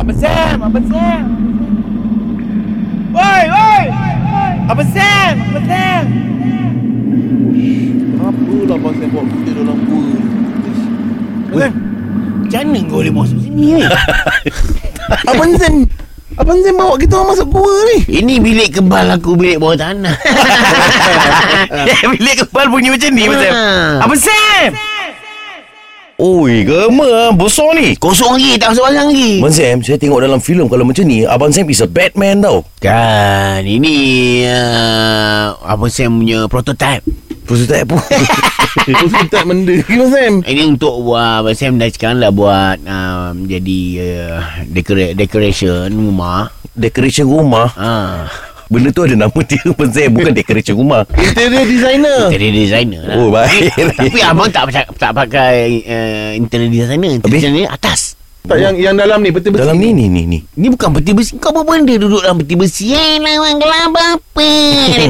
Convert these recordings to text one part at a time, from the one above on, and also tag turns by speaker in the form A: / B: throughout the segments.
A: Abang Sam, Abang Sam. Woi, woi. Abang Sam, Abang Sam.
B: Kenapa lah Abang Sam bawa kita dalam gua Ish.
A: Weh. Macam mana kau boleh masuk sini eh? ni?
C: Abang Zen Abang Zen bawa kita orang masuk gua ni
D: Ini bilik kebal aku Bilik bawah tanah
A: Bilik Eh, kepal bunyi macam ni, Abang Sam.
D: Ah.
A: Abang Sam.
B: Oi, gema ah, besar ni.
D: Kosong lagi Tak masuk pasang lagi
B: Abang Sam, saya tengok dalam filem kalau macam ni, Abang Sam is a Batman tau.
D: Kan Ini uh, Abang Sam punya prototype
B: Prototype pun.
C: Pusing tak Eh, benda Abang Zen
D: Ini untuk uh, Abang Sam dah sekarang dah buat uh, Jadi uh, decora- Decoration rumah
B: Decoration rumah.
D: Ah,
B: Benda tu ada nama dia, Abang Sam. Bukan decoration rumah.
C: Interior designer
D: Interior designer lah
B: Oh, baik.
D: Tapi abang tak pakai, tak pakai uh, interior designer Interior
B: Habis?
D: designer atas
C: Tak yang yang dalam ni Betul-betul
B: Dalam ni, ni, ni, ni.
D: Ni bukan peti besi Kau apa benda duduk dalam peti besi Eh lawan gelap apa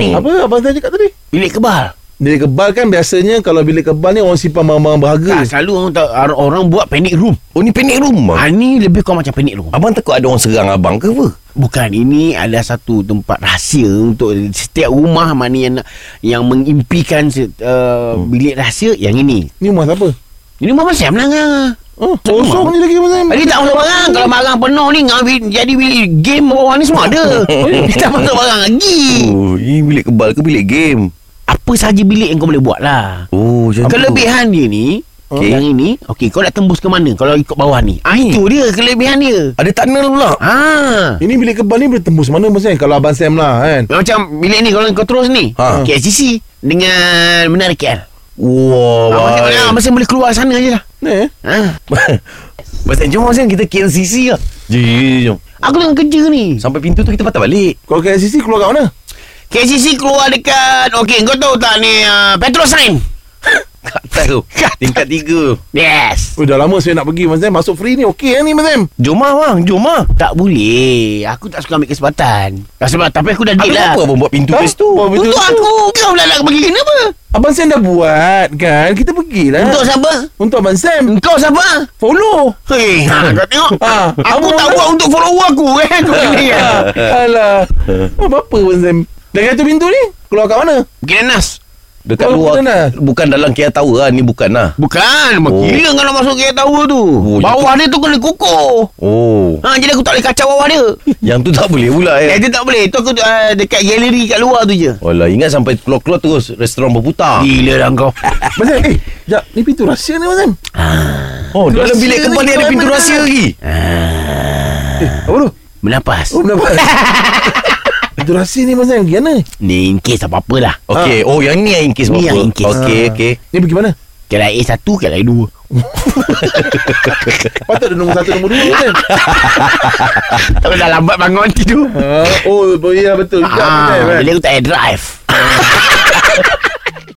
D: ni
B: Hmm.
C: Apa Abang Zen cakap tadi
D: Bilik kebal
C: Bilik kebal kan biasanya Kalau bilik kebal ni Orang simpan barang-barang berharga
D: Tak selalu orang, tak, orang buat panic room
B: Oh, ni panic room
D: ha,
B: bang.
D: Ni lebih kurang macam panic room
B: Abang takut ada orang serang abang ke apa?
D: Bukan ini ada satu tempat rahsia untuk setiap rumah mana yang nak, yang mengimpikan se- uh, bilik rahsia yang ini.
C: Ni rumah siapa
D: Ini rumah Sam lah ngah.
C: Oh, kosong ni lagi Abang Zen
D: Dia tak masuk barang Kalau barang penuh ni ngah, bi- Jadi bilik game bawah ni semua ada Dia tak masuk barang lagi
B: Oh, ini bilik kebal ke bilik game?
D: Apa sahaja bilik yang kau boleh buat lah
B: Oh, macam tu.
D: Kelebihan dia ni okay. Yang ini Okey kau nak tembus ke mana Kalau ikut bawah ni ah, Itu dia kelebihan dia
B: Ada tunnel pula.
D: Ah,
C: Ini bilik kebal ni boleh tembus mana Abang Zen Kalau Abang Sam lah kan
D: Macam bilik ni Kalau kau terus ni
B: Ha.
D: ha. KLCC Dengan Menara KL
B: Wah,
D: Abang Sam,
B: Oh, baik.
D: Abang Sam ah, boleh keluar sana je lah
C: Ni eh
D: ha.
B: Pasal jom Abang Sam kita KLCC lah. Jom, jom, jom.
D: Aku tengah kerja ni
B: Sampai pintu tu kita patah balik.
C: Kalau KLCC keluar kat mana
D: KCC keluar dekat Okey kau tahu tak ni uh, Petrosign
B: Kat atas tu. Tingkat tiga.
D: Yes
C: Oh dah lama saya nak pergi Abang Zen Masuk free ni Okey eh, ni Abang Zen
B: Jom lah bang, jom lah.
D: Tak boleh Aku tak suka ambil kesempatan tak sebab, Tapi aku dah deal
B: Habis
D: lah
B: apa abang buat pintu
C: Ha?
B: ha? tu?
C: Buat pintu
D: Untuk
C: tu. Eh?
D: aku Kau pula nak pergi kenapa
C: Abang Sam dah buat kan Kita pergilah
D: Untuk siapa
C: Untuk Abang Sam
D: Kau siapa
C: Follow
D: Hei, ha, kau tengok
C: Ha,
D: Aku tak
C: apa ha. orang-
D: buat untuk follower aku kan Kau kena ya
C: Alah Apa-apa Abang Sam Dari atas pintu ni Keluar kat mana
D: Gila nas
B: Dekat
C: Oh,
B: luar
C: betul lah.
B: Bukan dalam KL Tower lah Ni bukan lah
D: Bukan
B: Oh.
D: oh. Gila kalau masuk ke tower tu
B: Oh,
D: Bawah dia tu kena kukuh
B: Oh
D: Ha, jadi aku tak boleh kacau bawah dia
B: Yang tu tak boleh pula
D: Eh,
B: eh
D: dia tak boleh Tu aku uh, dekat galeri kat luar tu je
B: Alah ingat sampai keluar-keluar terus Restoran berputar
D: Gila lah kau
C: Abang Sam eh Sekejap Ni pintu rahsia ni Abang Sam
D: Ha,
B: Oh dalam
C: rahsia
B: bilik
C: ni
B: kebal ni ada
C: kau
B: pintu
C: mana?
B: rahsia lagi
C: Eh, Apa tu
D: Bernapas
C: Oh kenapa Pintu rahsia ni Abang Sam Pergi mana
D: Ni in case apa-apa lah
B: Okay Oh yang ni yang in case
D: Ni
B: apa-apa.
D: yang in case.
C: Eh,
D: Ha.
B: Okay okay
C: Ni pergi mana
D: Kalau A1 Kalau A2
C: Patut ada nombor satu Nombor dua Abang Sam
D: Tapi dah lambat bangun tidur
C: Ha, Oh ya oh, betul juga Abang Sam
D: Ah,
C: kan?
D: Bila aku tak payah drive